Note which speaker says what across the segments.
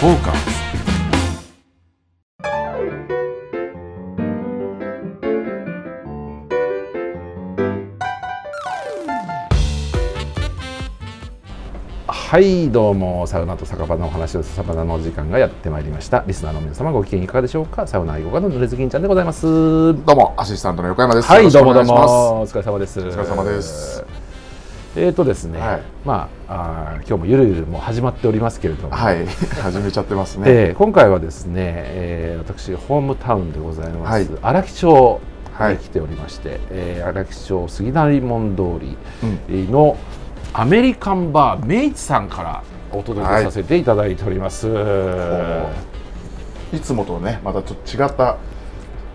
Speaker 1: フォーカスはいどうもサウナと酒場のお話をする酒場のお時間がやってまいりましたリスナーの皆様ご機嫌いかがでしょうかサウナ愛好家のぬれずきんちゃんでございます
Speaker 2: どうもアシスタントの横山です。
Speaker 1: はい
Speaker 2: よろし
Speaker 1: どう
Speaker 2: く
Speaker 1: も
Speaker 2: お
Speaker 1: ど
Speaker 2: 願
Speaker 1: う
Speaker 2: いします
Speaker 1: もお疲れ様ですお
Speaker 2: お疲れ様です。
Speaker 1: えーとですね、
Speaker 2: はい
Speaker 1: まああー今日もゆるゆるもう始まっておりますけれども、
Speaker 2: はい、始めちゃってますね。
Speaker 1: えー今回はですね、えー私ホームタウンでございま
Speaker 2: はい
Speaker 1: す、荒木町
Speaker 2: はい
Speaker 1: に来ておりまして、えー荒木町杉成門通り
Speaker 2: う
Speaker 1: のアメリカンバーメイツさんからお届けさせていただいております、
Speaker 2: いつもとね、またちょっと違った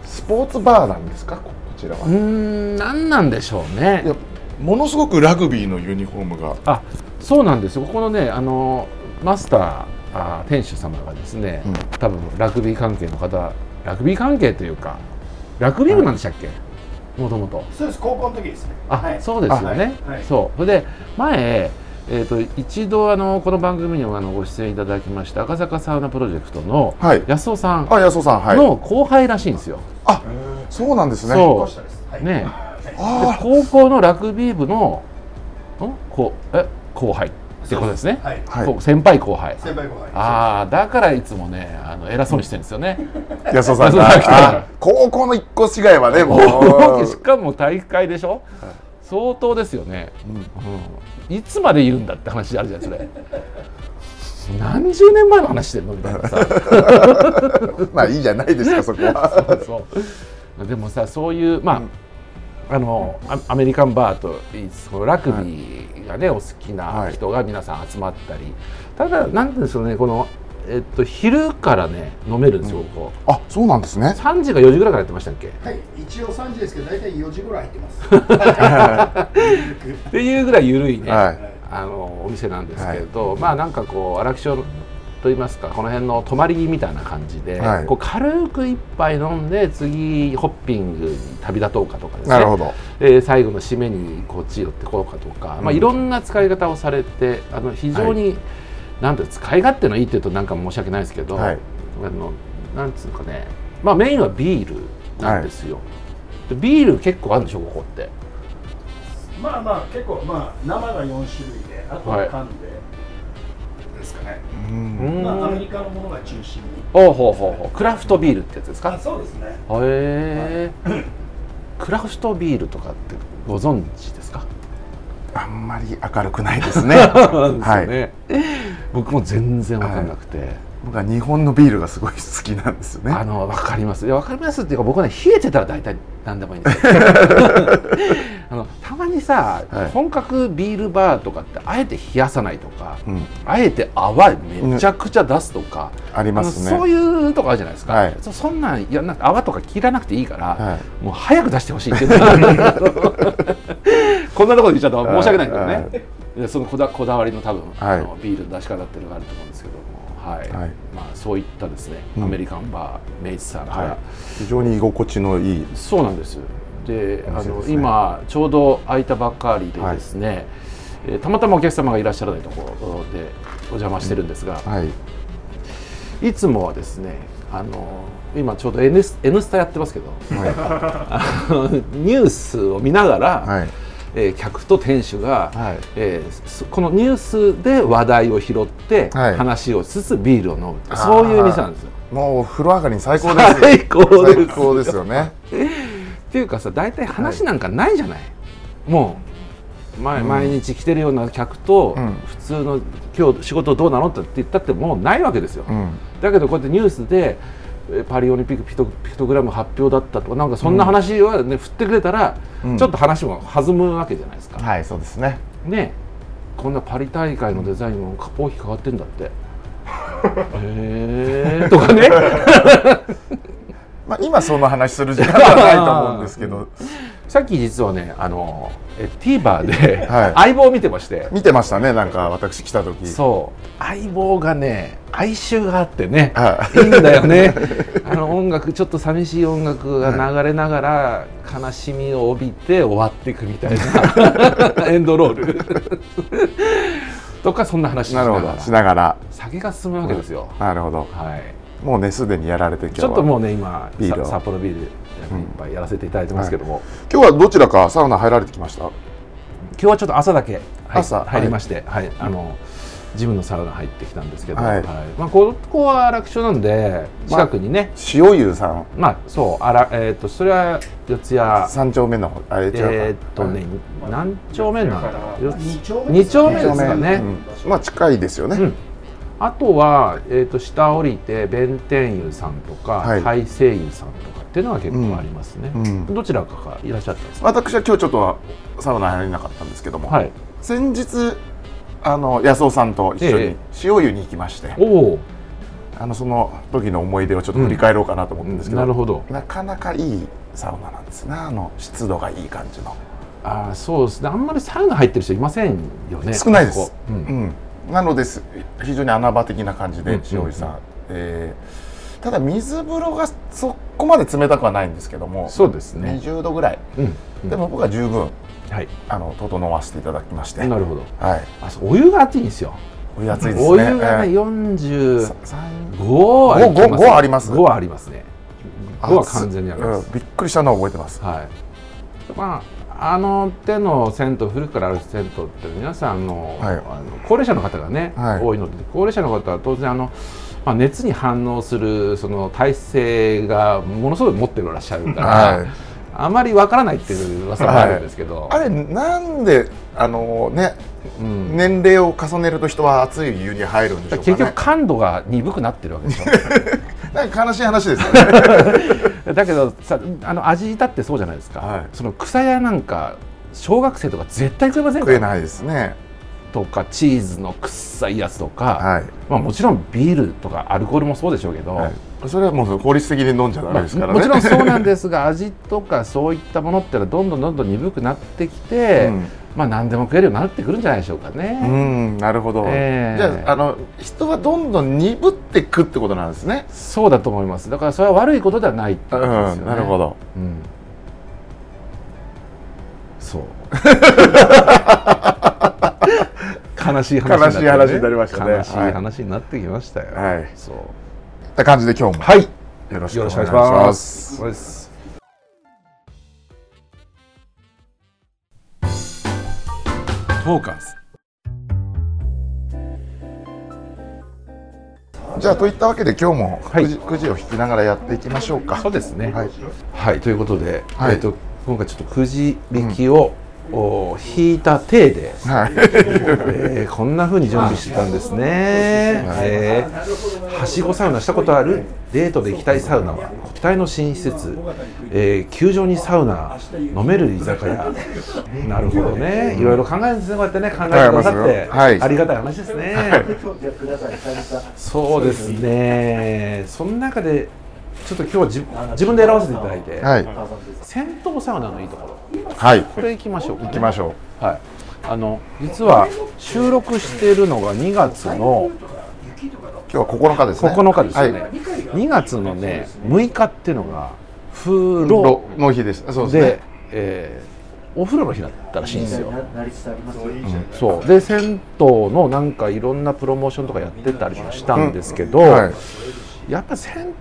Speaker 2: スポーツバーなんですか、ここちらは。
Speaker 1: うーん何なんでしょうね
Speaker 2: いや、ものすごくラグビーのユニフォームが。
Speaker 1: あそうなんですよ、ここのね、あのマスターあー店主様がですね、
Speaker 2: うん
Speaker 1: 多分ラグビー関係の方、ラグビー関係というか、ラグビー部なんでしたっけ、もともと。
Speaker 3: そうです高校の時ですね
Speaker 1: あ、そうですよね、
Speaker 3: はいはい
Speaker 1: そう、それで前、えー、と一度あの、この番組にもあのご出演いただきました、赤坂サウナプロジェクトの
Speaker 2: はい。
Speaker 1: 安尾さん
Speaker 2: あ、安尾さん、はい。
Speaker 1: の後輩らしいんですよ。
Speaker 2: あ、そうなんですね。
Speaker 1: そう
Speaker 3: 校舎ですはい
Speaker 1: ねで
Speaker 2: あ
Speaker 1: 高校のラグビー部のんこうえ後輩ってことですね、
Speaker 3: はい
Speaker 2: ーは
Speaker 1: こう先輩後輩。
Speaker 3: 先輩後輩
Speaker 1: ああだからいつもねあの偉そうにしてるんですよね。
Speaker 2: い。安尾さん
Speaker 1: 安尾さん
Speaker 2: が。あ高校の一個違いはね、も
Speaker 1: 大きいうし。かも大会でしょ相当ですよね、うんいつまでいるんだって話あるじゃないそれ。何十年前の話してんのみたいなさ
Speaker 2: まあ、いいじゃないですか、そこは。
Speaker 1: そうでもさそういうまあ、あのアアメリカンバーといいそのラグビーがね、お好きな人が皆さん集まったり、ただなんていうんでしょうねこの、えっと、昼からね飲めるんですよ、ここ
Speaker 2: あ、そうなんですね。
Speaker 1: 3時か4時ぐらいからやってましたっけ
Speaker 3: はい一応3時ですけど大体4時ぐらい入ってます
Speaker 1: っていうぐらい緩いね、
Speaker 2: はい。
Speaker 1: あのお店なんですけれど、まあなんかこう荒木町といいますかこの辺の泊まりみたいな感じで、
Speaker 2: はい
Speaker 1: こう軽く一杯飲んで次ホッピングに旅立とうかとかですね
Speaker 2: なるほど。
Speaker 1: えー最後の締めにこっち寄ってこうかとか、まあ、
Speaker 2: うん
Speaker 1: いろんな使い方をされてあの非常に、なんていうの使い勝手のいいっていうとなんか申し訳ないですけど、
Speaker 2: はい
Speaker 1: あのなんつうかね、まあ、メインはビールなんですよ。でビール結構あるんでしょここって。
Speaker 3: まあまあ結構まあ生が4種類であとは缶で、ですかね
Speaker 2: うん
Speaker 3: まあアメリカのものが中心に
Speaker 1: おうほうほうほうクラフトビールってやつですか
Speaker 3: あそうですね
Speaker 1: へえクラフトビールとかってご存知ですか
Speaker 2: あんまり明るくないです ね。
Speaker 1: そう
Speaker 2: はい。
Speaker 1: ね 僕も全然わかんなくて、
Speaker 2: 僕は日本のビールがすごい好きなんですよね。
Speaker 1: あのわかりますいやわかりますっていうか僕はね冷えてたら大体何でもいいん ですよあのたまにさ、
Speaker 2: はい
Speaker 1: 本格ビールバーとかってあえて冷やさないとか、
Speaker 2: うん、
Speaker 1: あえて泡めちゃくちゃ出すとか、
Speaker 2: あり
Speaker 1: あ
Speaker 2: ま
Speaker 1: の
Speaker 2: すね。
Speaker 1: そういうとこあるじゃないですか、
Speaker 2: はい
Speaker 1: そそんなんいやなんか泡とか切らなくていいから、
Speaker 2: は
Speaker 1: もう早く出してほしいっていうの がこんなところで言っちゃったら申し訳ないけど
Speaker 2: はいは
Speaker 1: ね、いやそのこだこだわりの多分、
Speaker 2: は
Speaker 1: あ
Speaker 2: い
Speaker 1: のビールの出し方っていうのがあると思うんですけども、はい
Speaker 2: はい
Speaker 1: まあ、そういったですね、
Speaker 2: うん
Speaker 1: アメリカンバーメイツさん
Speaker 2: い、
Speaker 1: から、
Speaker 2: はい、非常に居心地のいい。
Speaker 1: そうなんですであ
Speaker 2: お店で
Speaker 1: の
Speaker 2: すね
Speaker 1: 今ちょうど空いたばっかりでですね、えーたまたまお客様がいらっしゃらないところでお邪魔してるんですが、
Speaker 2: はい、
Speaker 1: いつもはですねあの今ちょうど N「N スタ」やってますけど
Speaker 2: は
Speaker 1: あのニュースを見ながら、
Speaker 2: い、はい、
Speaker 1: えー客と店主が、
Speaker 2: はい
Speaker 1: えーそこのニュースで話題を拾って
Speaker 2: はい
Speaker 1: 話をしつつビールを飲むって、
Speaker 2: あー
Speaker 1: そういう店なんですよ。
Speaker 2: もう風呂上がりに最高です。
Speaker 1: 最高です
Speaker 2: 最高ですよね。
Speaker 1: っていうかさ大体話なんかないじゃない、もう毎,、毎日来てるような客と、
Speaker 2: うん
Speaker 1: 普通の今日仕事どうなのって言ったってもうないわけですよ。
Speaker 2: うん、
Speaker 1: だけどこうやってニュースでえーパリオリンピックピクピクトグラム発表だったとかなんかそんな話は、ね振ってくれたら、
Speaker 2: うん
Speaker 1: ちょっと話も弾むわけじゃないですか。
Speaker 2: はい、そうですね。
Speaker 1: ねこんなパリ大会のデザインも大きく変わってんだって。へえ とかね
Speaker 2: まあ、今その話する時間はないと 思うんですけど。
Speaker 1: さっき実はねあのえ TVer で、
Speaker 2: はい
Speaker 1: 相棒を見てまして
Speaker 2: 見てましたね、なんか私来た時。
Speaker 1: そう相棒がね哀愁があってね
Speaker 2: はい
Speaker 1: いんだよ ねあの音楽ちょっと寂しい音楽が流れながら、悲しみを 帯びて終わっていくみたいなエンドロールとかそんな話しな
Speaker 2: なる
Speaker 1: が
Speaker 2: ほど
Speaker 1: ら
Speaker 2: しながら
Speaker 1: 酒が進むわけですよ、
Speaker 2: なるほど
Speaker 1: はい
Speaker 2: もうねすでにやられて今日
Speaker 1: ち
Speaker 2: は
Speaker 1: ょっともうね今
Speaker 2: ビールを
Speaker 1: さ札幌ビールいっぱいやらせていただいてますけども、
Speaker 2: 今日はどちらかサウナ入られてきました
Speaker 1: 今日はちょっと朝だけ、はい
Speaker 2: 朝
Speaker 1: 入りまして、はいあのジムのサウナ入ってきたんですけど、
Speaker 2: はい
Speaker 1: まあ、ここは楽勝なんで
Speaker 2: まあ
Speaker 1: 近くにね、
Speaker 2: 塩湯さん
Speaker 1: まあ、そうあら、えー、とそれは四谷
Speaker 2: 三丁目の方あれ違うか
Speaker 1: えーっとね、何丁目なんだ
Speaker 3: だから二丁目
Speaker 1: 二丁目
Speaker 2: 二
Speaker 1: で
Speaker 2: 丁
Speaker 1: す
Speaker 2: 目
Speaker 1: かね、
Speaker 2: うんまあ近いですよね、
Speaker 1: うんあとは、えー、と下降りて弁天湯さんとか、
Speaker 2: はい
Speaker 1: 大西湯さんとかっていうのは結構ありますね、
Speaker 2: うん
Speaker 1: どちらかがいらっしゃったんですか、
Speaker 2: 私は今日ちょっとサウナ入れなかったんですけども、
Speaker 1: はい
Speaker 2: 先日あの安尾さんと一緒
Speaker 1: え
Speaker 2: に
Speaker 1: え
Speaker 2: 塩湯に行きまして、
Speaker 1: おお
Speaker 2: あのその時の思い出をちょっと振り返ろうかなと思ったんですけど、
Speaker 1: なるほど
Speaker 2: なかなかいいサウナなんですねあの湿度がいい感じの
Speaker 1: あーそうですねあんまりサウナ入ってる人いませんよね
Speaker 2: 少ないです
Speaker 1: ここう
Speaker 2: うんんなのです非常に穴場的な感じ
Speaker 1: う
Speaker 2: で
Speaker 1: ん
Speaker 2: 塩湯さん、えーただ水風呂がそこまで冷たくはないんですけども
Speaker 1: そうですね、
Speaker 2: 20度ぐらい、
Speaker 1: うんうん
Speaker 2: でも僕は十分
Speaker 1: はい
Speaker 2: あの整わせていただきまして、
Speaker 1: なるほど
Speaker 2: はい
Speaker 1: あそうお湯が熱いんですよ
Speaker 2: お湯熱いですね
Speaker 1: お湯がね、
Speaker 2: えー
Speaker 1: 45
Speaker 2: ささん
Speaker 1: あります
Speaker 2: 5あります
Speaker 1: 5はありますね5は完全にあります
Speaker 2: うんびっくりしたのは覚えてます
Speaker 1: はい。まああの手の銭湯古くからある銭湯って皆さんあの、
Speaker 2: は
Speaker 1: あ
Speaker 2: い
Speaker 1: の高齢者の方がね、
Speaker 2: はい
Speaker 1: 多いので高齢者の方は当然あの。まあ、熱に反応するその体性がものすごい持ってらっしゃるから、
Speaker 2: はい
Speaker 1: あまりわからないっていう噂もあるんですけど、
Speaker 2: あれなんであのね、
Speaker 1: ん
Speaker 2: 年齢を重ねると人は熱い湯に入るんでしょうか、ね、
Speaker 1: 結局感度が鈍くなってるわけでし
Speaker 2: なんか悲しい話ですよ ね
Speaker 1: ょ だけどさあの味だってそうじゃないですか、
Speaker 2: はい
Speaker 1: その草屋なんか小学生とか絶対食えませんか
Speaker 2: 食
Speaker 1: ら
Speaker 2: えないですね
Speaker 1: とかチーズの臭いやつとか、
Speaker 2: はい
Speaker 1: まあ、もちろんビールとかアルコールもそうでしょうけど、
Speaker 2: はいそれはもう効率的に飲んじゃダメですからね、
Speaker 1: もちろんそうなんですが 味とかそういったものってのはどんどんどんどん鈍くなってきて、
Speaker 2: うん
Speaker 1: まあ何でも食えるようになってくるんじゃないでしょうか
Speaker 2: う
Speaker 1: ね。
Speaker 2: んなるほど、
Speaker 1: ええ
Speaker 2: じゃああの人はどんどん鈍ってくってことなんですね
Speaker 1: そうだと思いますだからそれは悪いことではないってことですよね、
Speaker 2: なるほど
Speaker 1: うん そう悲しい話になって、
Speaker 2: 悲しい話になりましたね
Speaker 1: 悲しい話になってきましたよ、
Speaker 2: はい
Speaker 1: そう
Speaker 2: って感じで今日も
Speaker 1: はい
Speaker 2: よろしく
Speaker 1: よ
Speaker 2: お
Speaker 1: ろ
Speaker 2: 願
Speaker 1: し
Speaker 2: い
Speaker 1: くお願いし
Speaker 2: し
Speaker 1: ま
Speaker 2: ます
Speaker 1: すそうです
Speaker 2: トーカーズじゃあといったわけで今日も
Speaker 1: はい
Speaker 2: くじ,、くじを引きながらやっていきましょうか
Speaker 1: そうですね
Speaker 2: はい、
Speaker 1: はい、ということで、
Speaker 2: はい
Speaker 1: えっと今回ちょっとくじ引きを、お引いた体で、
Speaker 2: はい、
Speaker 1: えーこんな風に準備してたんですね、えーはしごサウナしたことあるデートで行きたいサウナは国体の新施設、えー球場にサウナ飲める居酒屋なるほどねいろいろ考えるんですねこうやってね考えてくださ
Speaker 2: 考え
Speaker 1: って、
Speaker 2: ますよはい
Speaker 1: ありがたい話ですね、
Speaker 3: じゃあください久々
Speaker 1: そうですねその中でちょっと今日は自自分で選ばせていただいて、
Speaker 2: はい
Speaker 1: 銭湯サウナのいいところ
Speaker 2: はい、行
Speaker 1: これ行きましょう行
Speaker 2: きましょ
Speaker 1: はいあの実は収録しているのが2月の
Speaker 2: う今日は9日ですね
Speaker 1: 9日ですよね、
Speaker 2: はい、
Speaker 1: 2月のね6日っていうのが風呂
Speaker 2: ロの日ですそう
Speaker 1: で
Speaker 2: ですね
Speaker 1: えーお風呂の日だったらしいんですよ
Speaker 3: ななりつつありますよ
Speaker 1: そうで銭湯のなんかいろんなプロモーションとかやってたりもしたんですけど、
Speaker 2: は
Speaker 1: やっぱ銭湯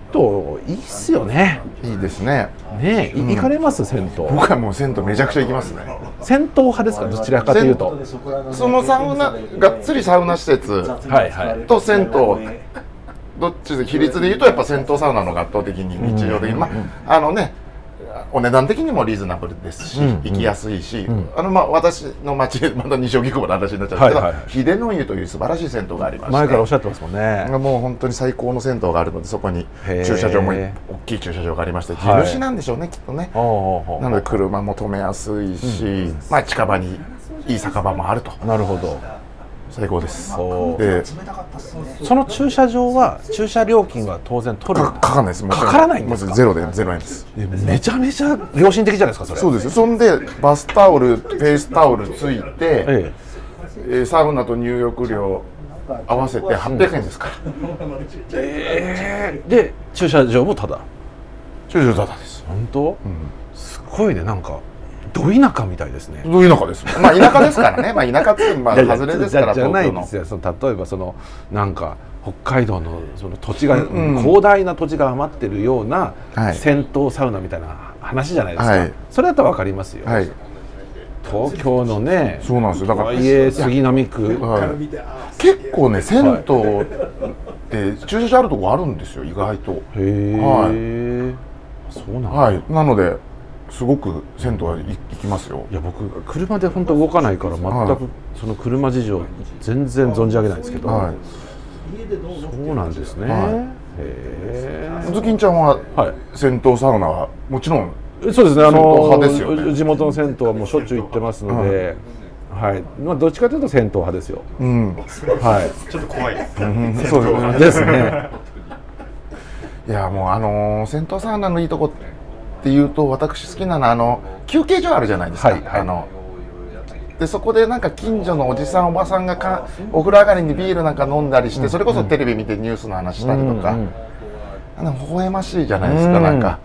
Speaker 1: いいっすよね
Speaker 2: い、いいですね
Speaker 1: ねえ、い行かれます銭湯
Speaker 2: 僕はもう銭湯めちゃくちゃ行きますね
Speaker 1: 銭湯派ですかどちらかというと
Speaker 3: そこらのね
Speaker 2: そのサウナがっつりサウナ施設
Speaker 1: はいはい
Speaker 2: と銭湯どっちで比率で言うとやっぱ銭湯サウナの方が圧倒的に日常的に、まああのねお値段的にもリーズナブルですし、
Speaker 1: うん
Speaker 2: 行きやすいし、あのまあ私の町また西荻窪の話になっちゃうんですけど、
Speaker 1: はいはいはい
Speaker 2: 秀の湯という素晴らしい銭湯がありまして
Speaker 1: 前からおっしゃってますもんね
Speaker 2: もう本当に最高の銭湯があるのでそこに
Speaker 1: へー
Speaker 2: 駐車場も大きい駐車場がありまして地
Speaker 1: はい
Speaker 2: 主なんでしょうね、きっとね
Speaker 1: おうおうおう
Speaker 2: なので車も止めやすいし、まあ、近場にいい酒場もあると
Speaker 1: なるほど
Speaker 2: 最高です
Speaker 1: そう
Speaker 2: で
Speaker 1: その駐車場は駐車料金は当然取る
Speaker 2: かかかんないですもう
Speaker 1: かからないんですか
Speaker 2: もうゼロでゼロ円です
Speaker 1: えめちゃめちゃ良心的じゃないですかそれ
Speaker 2: そうですよそんでバスタオルフェイスタオルついて、え
Speaker 1: え
Speaker 2: ーサウナと入浴料合わせて800円ですから、
Speaker 1: ええで駐車場もただ
Speaker 2: 駐車場タダです
Speaker 1: 本当、すごいねなんかど田舎みたいですね。
Speaker 2: ど田舎です。まあ田舎ですからね。まあ田舎ってまあ外れですから
Speaker 1: じゃないんですよ。その例えばそのなんか北海道のその土地が、うんうん、広大な土地が余ってるような、はい、戦闘サウナみたいな話じゃないですか。はい、それだとわかりますよ。はい、東京のね、
Speaker 2: そうなんですよ。だから
Speaker 1: 家杉並区、
Speaker 2: 結構ね銭湯って駐車場あるとこあるんですよ。意外と。
Speaker 1: へえ、はい。そうなん
Speaker 2: はい。なので。すごく銭湯は行きますよ、
Speaker 1: いや僕車で本当動かないから全くその車事情全然存じ上げないんですけど、はい、そうなんですね、はい
Speaker 2: へえズキンちゃんは、はい、銭湯サウナはもちろん
Speaker 1: そうですねあの、ね、地元の銭湯はもうしょっちゅう行ってますので、はい、まあどっちかというと銭湯派ですよ。うん、
Speaker 4: は い。ちょっと怖いです。うん、
Speaker 1: そうですね。
Speaker 2: いやもうあのー、銭湯サウナのいいとこっていうと私好きなのはあの休憩所あるじゃないですか、はいはい、あのでそこでなんか近所のおじさんおばさんがかお風呂上がりにビールなんか飲んだりして、うん、それこそテレビ見てニュースの話したりとか、うん、あの微笑ましいじゃないですか、うん、なんか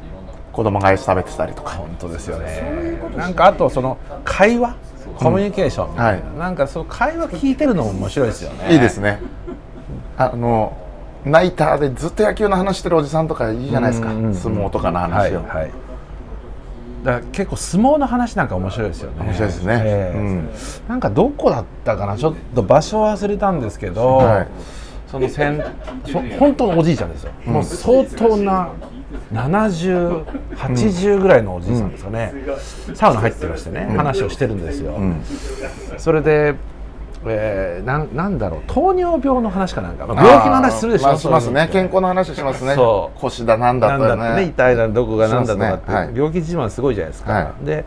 Speaker 2: 子供がアイス食べてたりとか
Speaker 1: 本当ですよね なんかあとその会話コミュニケーション、はい、なんかその会話聞いてるのも面白いですよね
Speaker 2: いいですねあのナイターでずっと野球の話してるおじさんとかいいじゃないですか、相撲とかの話を、はい、はい
Speaker 1: だ結構相撲の話なんか面白いですよね。
Speaker 2: 面白いですね。えー、うん、
Speaker 1: なんかどこだったかな、ちょっと場所忘れたんですけど、はい、そのせんそ本当のおじいちゃんですよ。うん、もう相当な70、80ぐらいのおじいさんですかね。うん、サウナ入ってましてね、話をしてるんですよ。それで。えー、ななんだろう糖尿病の話かなんか、まあ、病気の話するでしょ、まあ、
Speaker 2: しますね健康の話しますね腰だなんだ
Speaker 1: とかね痛いだどこがなんだとかって、ねはい、病気自慢すごいじゃないですか、はい、で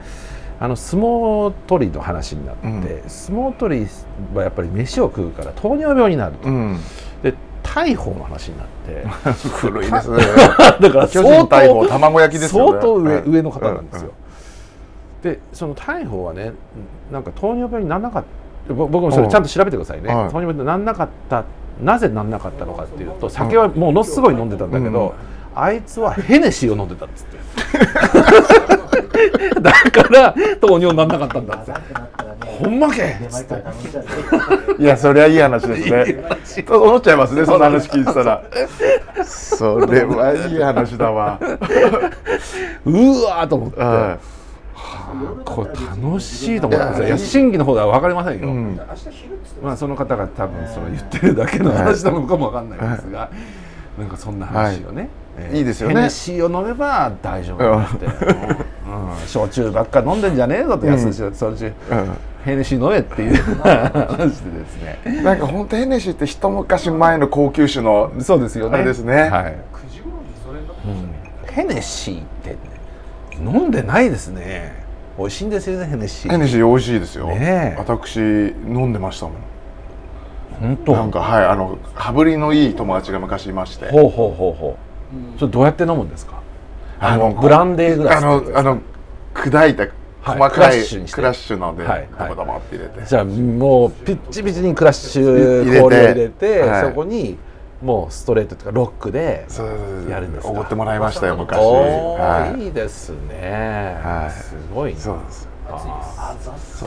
Speaker 1: あの相撲取りの話になって、うん、相撲取りはやっぱり飯を食うから糖尿病になると、うん、 で大砲の話になって
Speaker 2: 古いですね
Speaker 1: だから相当
Speaker 2: 卵焼きです、ね、
Speaker 1: 相当上,はい、上の方なんですよ、でその大砲はねなんか糖尿病にならなかった僕もそれちゃんと調べてくださいね、糖尿病ってなんなかったなぜなんなかったのかっていうと酒はものすごい飲んでたんだけど、うん、あいつはヘネシーを飲んでたっつって だから糖尿になんなかったんだって。ほんまけっつって
Speaker 2: いやそりゃいい話 ですねと思っちゃいますねその話聞いてたら それはいい話だわ
Speaker 1: うわと思って、はいはあ、これ楽しいと思ったんですよ。審議の方では分かりませんよ。うん、まあその方が多分その言ってるだけの話なのかも分かんないですが、はい、なんかそんな話をね。はい
Speaker 2: えー、いいですよね。
Speaker 1: シーを飲めば大丈夫だって、うんうん、焼酎ばっか飲んでんじゃねえぞと安いし、うん、焼酎。ヘネシー飲めっていう話でですね。
Speaker 2: なんか本当ヘネシーって一昔前の高級酒の
Speaker 1: そうですよね。
Speaker 2: あれですね。
Speaker 1: はい。ヘネシーってね、飲んでないですね美味しいんですよねヘネシー
Speaker 2: ヘネシー美味しいですよ私飲んでましたもん
Speaker 1: 本当
Speaker 2: なんかはいあの羽振りのいい友達が昔いまして
Speaker 1: ほうほうほうほうそれどうやって飲むんですかあのブランデーグラス
Speaker 2: あのあの砕いた細かい、クラッシュので、はい、ダバダバって入れて
Speaker 1: じゃあもうピッチピチにクラッシュ氷を入れてそこにもうストレートとかロックでやるんです
Speaker 2: か。おごってもらいましたよ昔。
Speaker 1: はい、いいですね。はい、すごいそうです。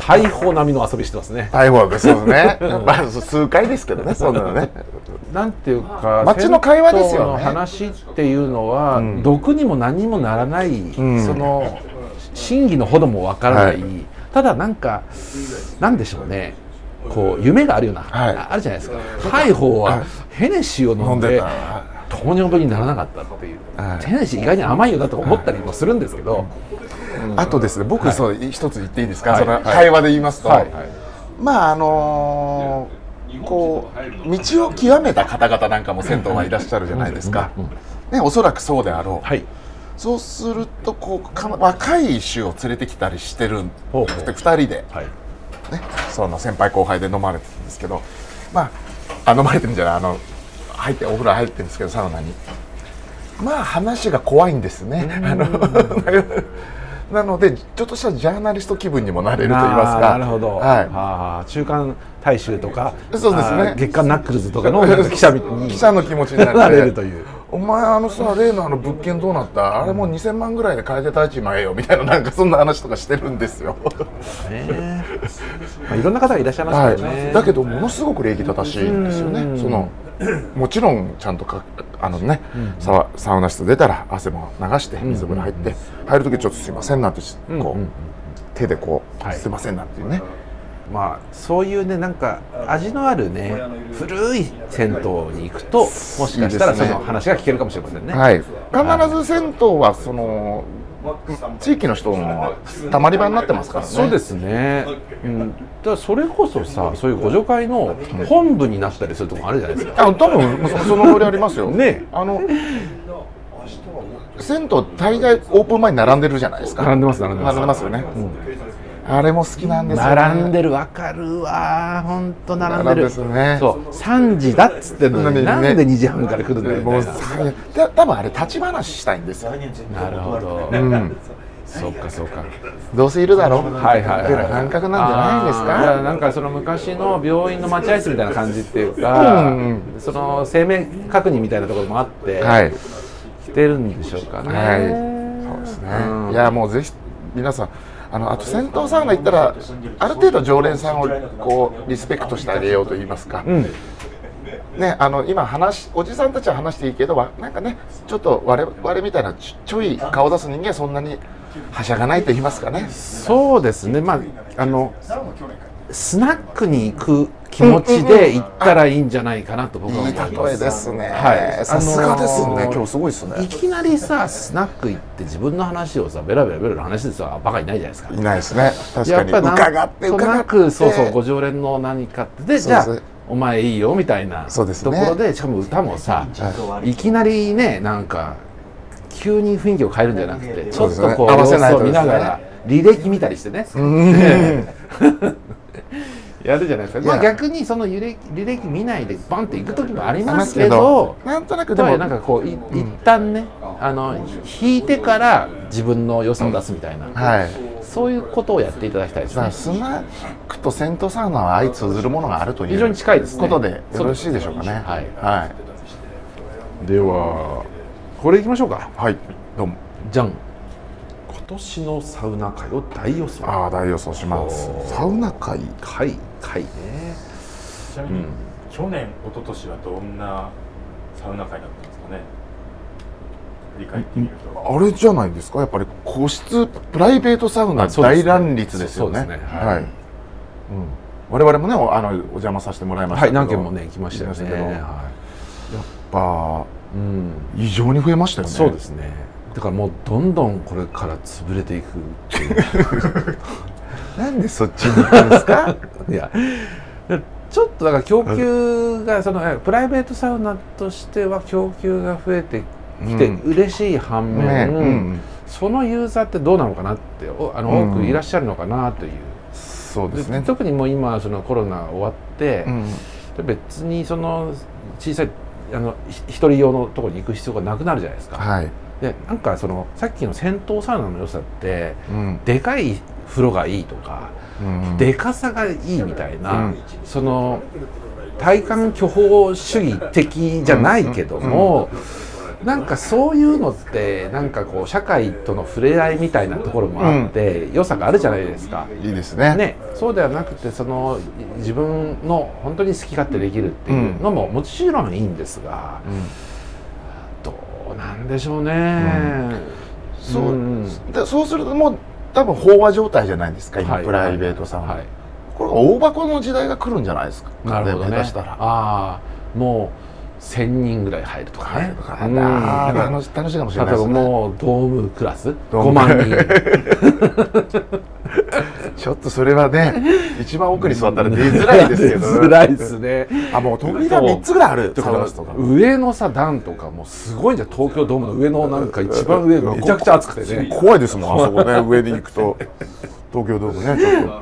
Speaker 1: 大砲並みの遊びしてますね。
Speaker 2: 大砲です ね。まあ数回ですけどね、そんなの ね。
Speaker 1: なんていうか、
Speaker 2: 街の会話ですよ、
Speaker 1: 話っていうのは、毒にも何にもならない、その真偽のほどもわからない。ただなんかなんでしょうね。こう夢があるような、はい、あるじゃないですか。ハイホーはヘネシーを飲んで糖尿病にならなかったっていう、はい、ヘネシー意外に甘いよだと思ったりもするんですけど、
Speaker 2: あとですね僕、そう一つ言っていいですか、その会話で言いますと、まああのこう道を極めた方々なんかも銭湯はいらっしゃるじゃないですか、ね、おそらくそうであろう、そうするとこう若い衆を連れてきたりしてるほ2人で、ね、その先輩後輩で飲まれてるんですけど、まあ、あ飲まれてるんじゃないあの入ってお風呂入ってるんですけどサウナにまあ話が怖いんですね。あの なのでちょっとしたジャーナリスト気分にもなれると言います
Speaker 1: な
Speaker 2: か
Speaker 1: るほど、はい、あ中間大衆とか
Speaker 2: そうですね
Speaker 1: 月刊ナックルズとかの記者
Speaker 2: 記者の気持ちにな
Speaker 1: れるという
Speaker 2: お前あのさ例のあの物件どうなったあれもう2000万ぐらいで買えてたいちまえよみたいななんかそんな話とかしてるんですよ、
Speaker 1: ねまあ、いろんな方がいらっしゃいますけどね、
Speaker 2: はい、だけどものすごく礼儀正しいんですよねそのもちろんちゃんとかあのね、サワサウナ室出たら汗も流して水風呂入って、入る時ちょっとすいませんなんてこう、手でこう、すいませんなんていうね、
Speaker 1: まあ、そういうねなんか味のあるね古い銭湯に行くともしかしたらその話が聞けるかもしれませんね。
Speaker 2: はい、必ず銭湯はその地域の人のたまり場になってますからね。
Speaker 1: そうですね。うん、だそれこそさ、そういうご助会の本部になったりするとこあるじゃないですか。
Speaker 2: あ、多分その通りありますよ。
Speaker 1: ね、
Speaker 2: あの銭湯大概オープン前に並んでるじゃないですか。
Speaker 1: 並んでます並んでます。
Speaker 2: 並んでますよね。うんあれも好きなんです、ね、
Speaker 1: 並んでるわかるわ本当並んでる
Speaker 2: で、ね、
Speaker 1: そう3時だっつってんのに、ね、なんで2時半から来るんだよもう
Speaker 2: 多分あれ立ち話したいんですよ
Speaker 1: なるほど、うん、そっかそっか
Speaker 2: どうせいるだろう
Speaker 1: はいはいはい、はい、
Speaker 2: 感覚なんじゃないですか
Speaker 1: なんかその昔の病院の待合室みたいな感じっていうか、うん、その生命確認みたいなところもあって、
Speaker 2: はい、、
Speaker 1: 来てるんでしょうかね、はい
Speaker 2: そうですね、うん、いやもうぜひ皆さんあのあと銭湯サウナ行ったらある程度常連さんをこうリスペクトしてあげようと言いますか、うん、ね、あの今話おじさんたちは話していいけどなんかねちょっと我々みたいなちょい顔出す人間はそんなにはしゃがないと言いますかね
Speaker 1: そうですねまああのスナックに行く気持ちで行ったらいいんじゃないかなと僕は思います。
Speaker 2: うんうん、いいですね。はい。さすがですね。今日すごいですね。
Speaker 1: いきなりさ、スナック行って自分の話をさ、ベラベラベラの話でさ、バカいないじゃないですか。
Speaker 2: いないですね。確かに。やっぱ伺って伺
Speaker 1: って。そうそう、ご常連の何かって。で、じゃあ、お前いいよみたいなところで、ね、しかも歌もさ、はい、いきなりね、なんか、急に雰囲気を変えるんじゃなくて、ちょっとこう、うね、合わせないと、ね、見ながら、履歴見たりしてね。うん。 やるじゃないですか、まあ、逆にその履歴履歴見ないでバンって行く時もありますけど
Speaker 2: なんとなくでも
Speaker 1: なんかこうい、うん、一旦ねあの引いてから自分の良さを出すみたいな、うん
Speaker 2: はい、
Speaker 1: そういうことをやっていただきたいですね
Speaker 2: スナックと銭湯サウナは相通ずるものがあるという
Speaker 1: 非常に近いです、、
Speaker 2: ね、ことでよろしいでしょうかねはい、はい
Speaker 1: ではこれいきましょうか
Speaker 2: はいどうも
Speaker 1: じゃん今年のサウナ界を大予想
Speaker 2: ああ大予想しますサウナ界
Speaker 1: 界界ね
Speaker 4: ちなみに、うん、去年一昨年はどんなサウナ界だったんですかね振り返ってみると
Speaker 2: あれじゃないですかやっぱり個室プライベートサウナ大乱立ですよね、ねね、はい、はい、うん我々もねあのお邪魔させてもらいました
Speaker 1: はい何件もね来ましたよね、はい、や
Speaker 2: っぱ、うん、異常に増えましたよね
Speaker 1: そうですねだからもうどんどんこれから潰れていくっていう
Speaker 2: なんでそっちに行くんですか
Speaker 1: いやちょっとだから供給がそのプライベートサウナとしては供給が増えてきて嬉しい反面、ねうん、そのユーザーってどうなのかなってあの、うん、多くいらっしゃるのかなという、
Speaker 2: そうですね
Speaker 1: 特にもう今そのコロナ終わって、うん、別にその小さいあの一人用のところに行く必要がなくなるじゃないですか。
Speaker 2: はい
Speaker 1: でなんかそのさっきの銭湯サウナの良さって、うん、でかい風呂がいいとか、うん、でかさがいいみたいな、うん、その体感巨峰主義的じゃないけども、うん、なんかそういうのってなんかこう社会との触れ合いみたいなところもあって、うん、良さがあるじゃないですか。
Speaker 2: いいですね
Speaker 1: ねそうではなくてその自分の本当に好き勝手できるっていうのももちろんいいんですが。なんでしょうね、
Speaker 2: うん、そう、うん、でそうするともう多分飽和状態じゃないですか今、はい、プライベートさんは、はい、これ大箱の時代が来るんじゃないですか
Speaker 1: なるほど、ね、
Speaker 2: したら
Speaker 1: ああもう1000人ぐらい入るとかね
Speaker 2: かあ、うん、楽しいかもしれないです
Speaker 1: ねもうドームクラス5万人
Speaker 2: ちょっとそれはね一番奥に座った ら出づらいですけ ど
Speaker 1: 出づらいですね
Speaker 2: あもう扉3つぐらいあるサウナスとか
Speaker 1: 上のさ段とかもうすごいじゃん東京ドームの上のなんか一番上めちゃくちゃ暑くてね
Speaker 2: 怖いですもんあそこね上に行 くと東京ドームねちょっと。はい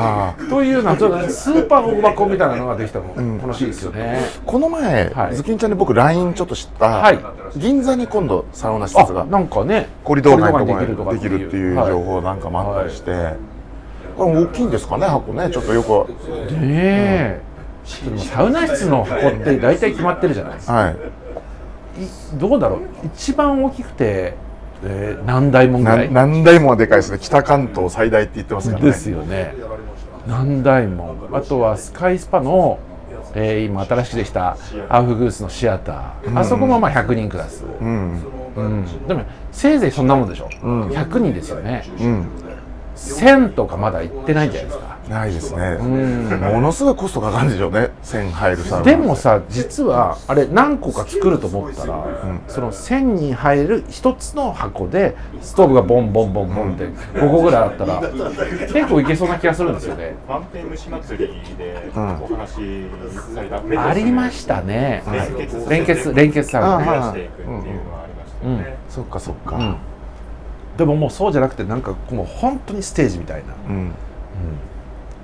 Speaker 1: あというのはスーパー大箱みたいなのができたの、うん、楽しいですよね
Speaker 2: この前、はい、ズキンちゃんに僕 LINE ちょっと知った、はい、銀座に今度サウナ施設が
Speaker 1: なんかね
Speaker 2: コリドー街とかにできるっていう情報なんかもあったりして、はい、これ大きいんですかね箱ねちょっとよく
Speaker 1: ねえ、うん、サウナ室の箱って大体決まってるじゃないですか、
Speaker 2: はい
Speaker 1: どうだろう一番大きくて、えー、何台もぐらい
Speaker 2: 何台もはでかいですね北関東最大って言ってますからね
Speaker 1: ですよね何台もあとはスカイスパの、えー、今新しくできたアウフグースのシアター、うん、あそこもまあ100人クラス、うん、うん、でもせいぜいそんなもんでしょ、うん、100人ですよね、うん1000とかまだ行ってないんじゃないですか
Speaker 2: ないですね、うん、ものすごいコストかかるんでしょうね1000入る
Speaker 1: さでもさ実はあれ何個か作ると思ったら、うん、その1000に入る一つの箱でストーブがボンボンボンボンって5個ぐらいあったら、うん、結構いけそうな気がするんですよね
Speaker 4: 満点虫祭りでお話された、
Speaker 1: ありましたね、はい、連結連結さ
Speaker 4: れていくっていうのはありましたね、
Speaker 2: そっかそっか、
Speaker 1: でももうそうじゃなくてなんかもう本当にステージみたいな、うんうん、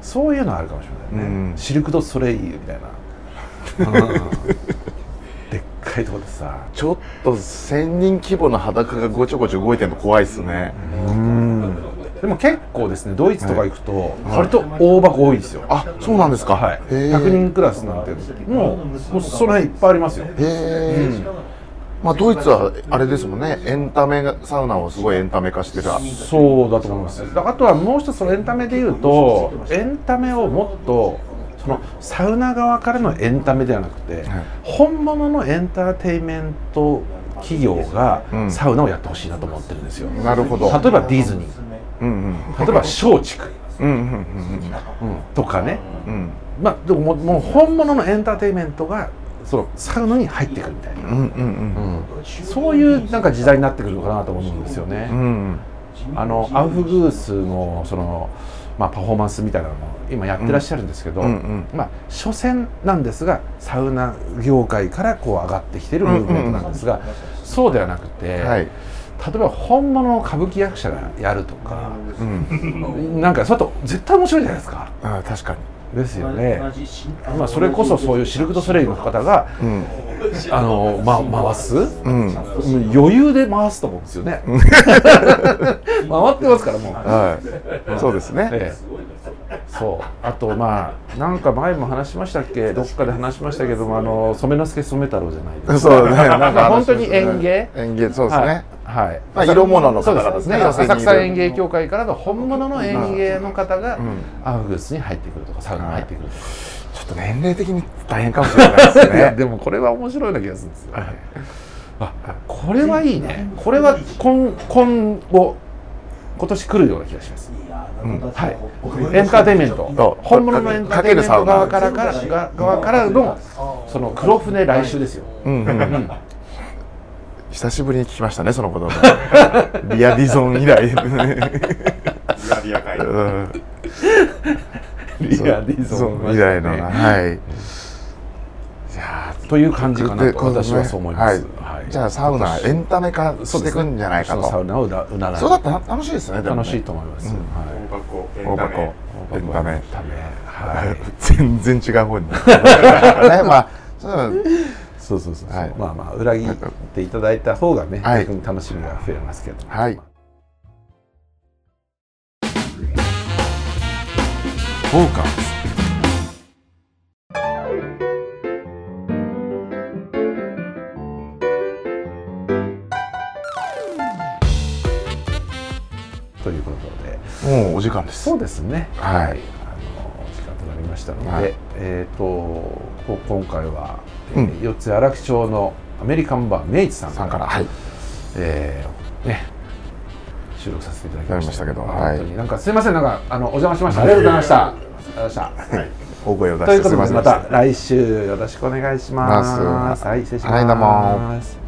Speaker 1: そういうのあるかもしれないね、うん、シルク・ド・ソレイユみたい なでっかいとこでさ
Speaker 2: ちょっと1,000人規模の裸がごちょごちょ動いてるの怖いっすね
Speaker 1: でも結構ですねドイツとか行くと、はい、割と大箱多いですよ、
Speaker 2: はい、あそうなんですか、
Speaker 1: はい、100人クラスなんてもうもうその辺いっぱいありますよへ
Speaker 2: え、まあ、ドイツはあれですもんねエンタメサウナをすごいエンタメ化してた
Speaker 1: そうだと思いますあとはもう一つそのエンタメでいうとエンタメをもっとそのサウナ側からのエンタメではなくて、はい、本物のエンターテインメント企業がサウナをやってほしいなと思ってるんですよ、うん、
Speaker 2: なるほど
Speaker 1: 例えばディズニー、うんうん、例えば松竹うんうんうんうんとかね、うん、まあでももう本物のエンターテインメントがそのサウナに入ってくるみたいな、うんうんうんうん、そういうなんか時代になってくるのかなと思うんですよね。うん、あのアウフグースのその、まあ、パフォーマンスみたいなのも今やってらっしゃるんですけど、うんうんうんまあ、所詮なんですがサウナ業界からこう上がってきてるムーブメントなんですが、うんうんうん、そうではなくて。はい例えば本物の歌舞伎役者がやるとか、うん、なんかそれと絶対面白いじゃないですか。
Speaker 2: あ確かに、
Speaker 1: ですよね、まあ、それこそそういうシルク・ド・ソレイユの方が、うん、あの、ま、回す、うん、余裕で回すと思うんです よね回ってますからもう、はい
Speaker 2: そうですね、え
Speaker 1: え、そうあとまあなんか前も話しましたっけどっかで話しましたけどもあの染之助染太郎じゃないです
Speaker 2: かそ うね
Speaker 1: なんか本当に園芸
Speaker 2: 園芸そうですね、
Speaker 1: はい、
Speaker 2: まあ、色物の方ですね
Speaker 1: 浅草園芸協会からの本物の園芸の方がアウグスに入ってくるとかサウナに入ってくるとか、
Speaker 2: ちょっと年齢的に大変かもしれない ですね
Speaker 1: でもこれは面白いな気がするんですよ、はい、あこれはいいねこれは今今後今年来るような気がします、うん、はい、エンターテインメント本物のエンターテインメント側からから側からのその黒船来週ですよ、うん、うん
Speaker 2: 久しぶりに聞きましたねその言葉 リアディゾン以来
Speaker 4: リア会、うん、
Speaker 1: リアディゾン、
Speaker 2: ね、以来のはい
Speaker 1: という感じかなと私はそう思います、ね
Speaker 2: はい、じゃあサウナエンタメ化していくんじゃないかと、ね、
Speaker 1: サウナをうなら
Speaker 2: そうだったら楽しいですね、
Speaker 1: 楽しいと思います、うん
Speaker 2: はい、大箱エンタメ
Speaker 1: はい、
Speaker 2: 全然違う方にねまあ
Speaker 1: そうそうそう、はい、まあまあ裏切っていただいた方がね、はい、逆に楽しみが増えますけど。
Speaker 2: はい。フォーカス。
Speaker 1: ということで、
Speaker 2: もうお時間です。
Speaker 1: そうですね。
Speaker 2: はい。は
Speaker 1: あ
Speaker 2: い、、
Speaker 1: の時間となりましたので、はい、えっ、ー、と今回は。うん、四つ荒木町のアメリカンバー明治さんから
Speaker 2: はい、
Speaker 1: えー、ね収録させていただきました、
Speaker 2: けど、はい
Speaker 1: なんかすいませんなんかあのお邪魔しましたありがとうございました。
Speaker 2: はい、大声を出
Speaker 1: してということでまた来週よろしくお願いします。はい、失礼します。
Speaker 2: はい、どうも。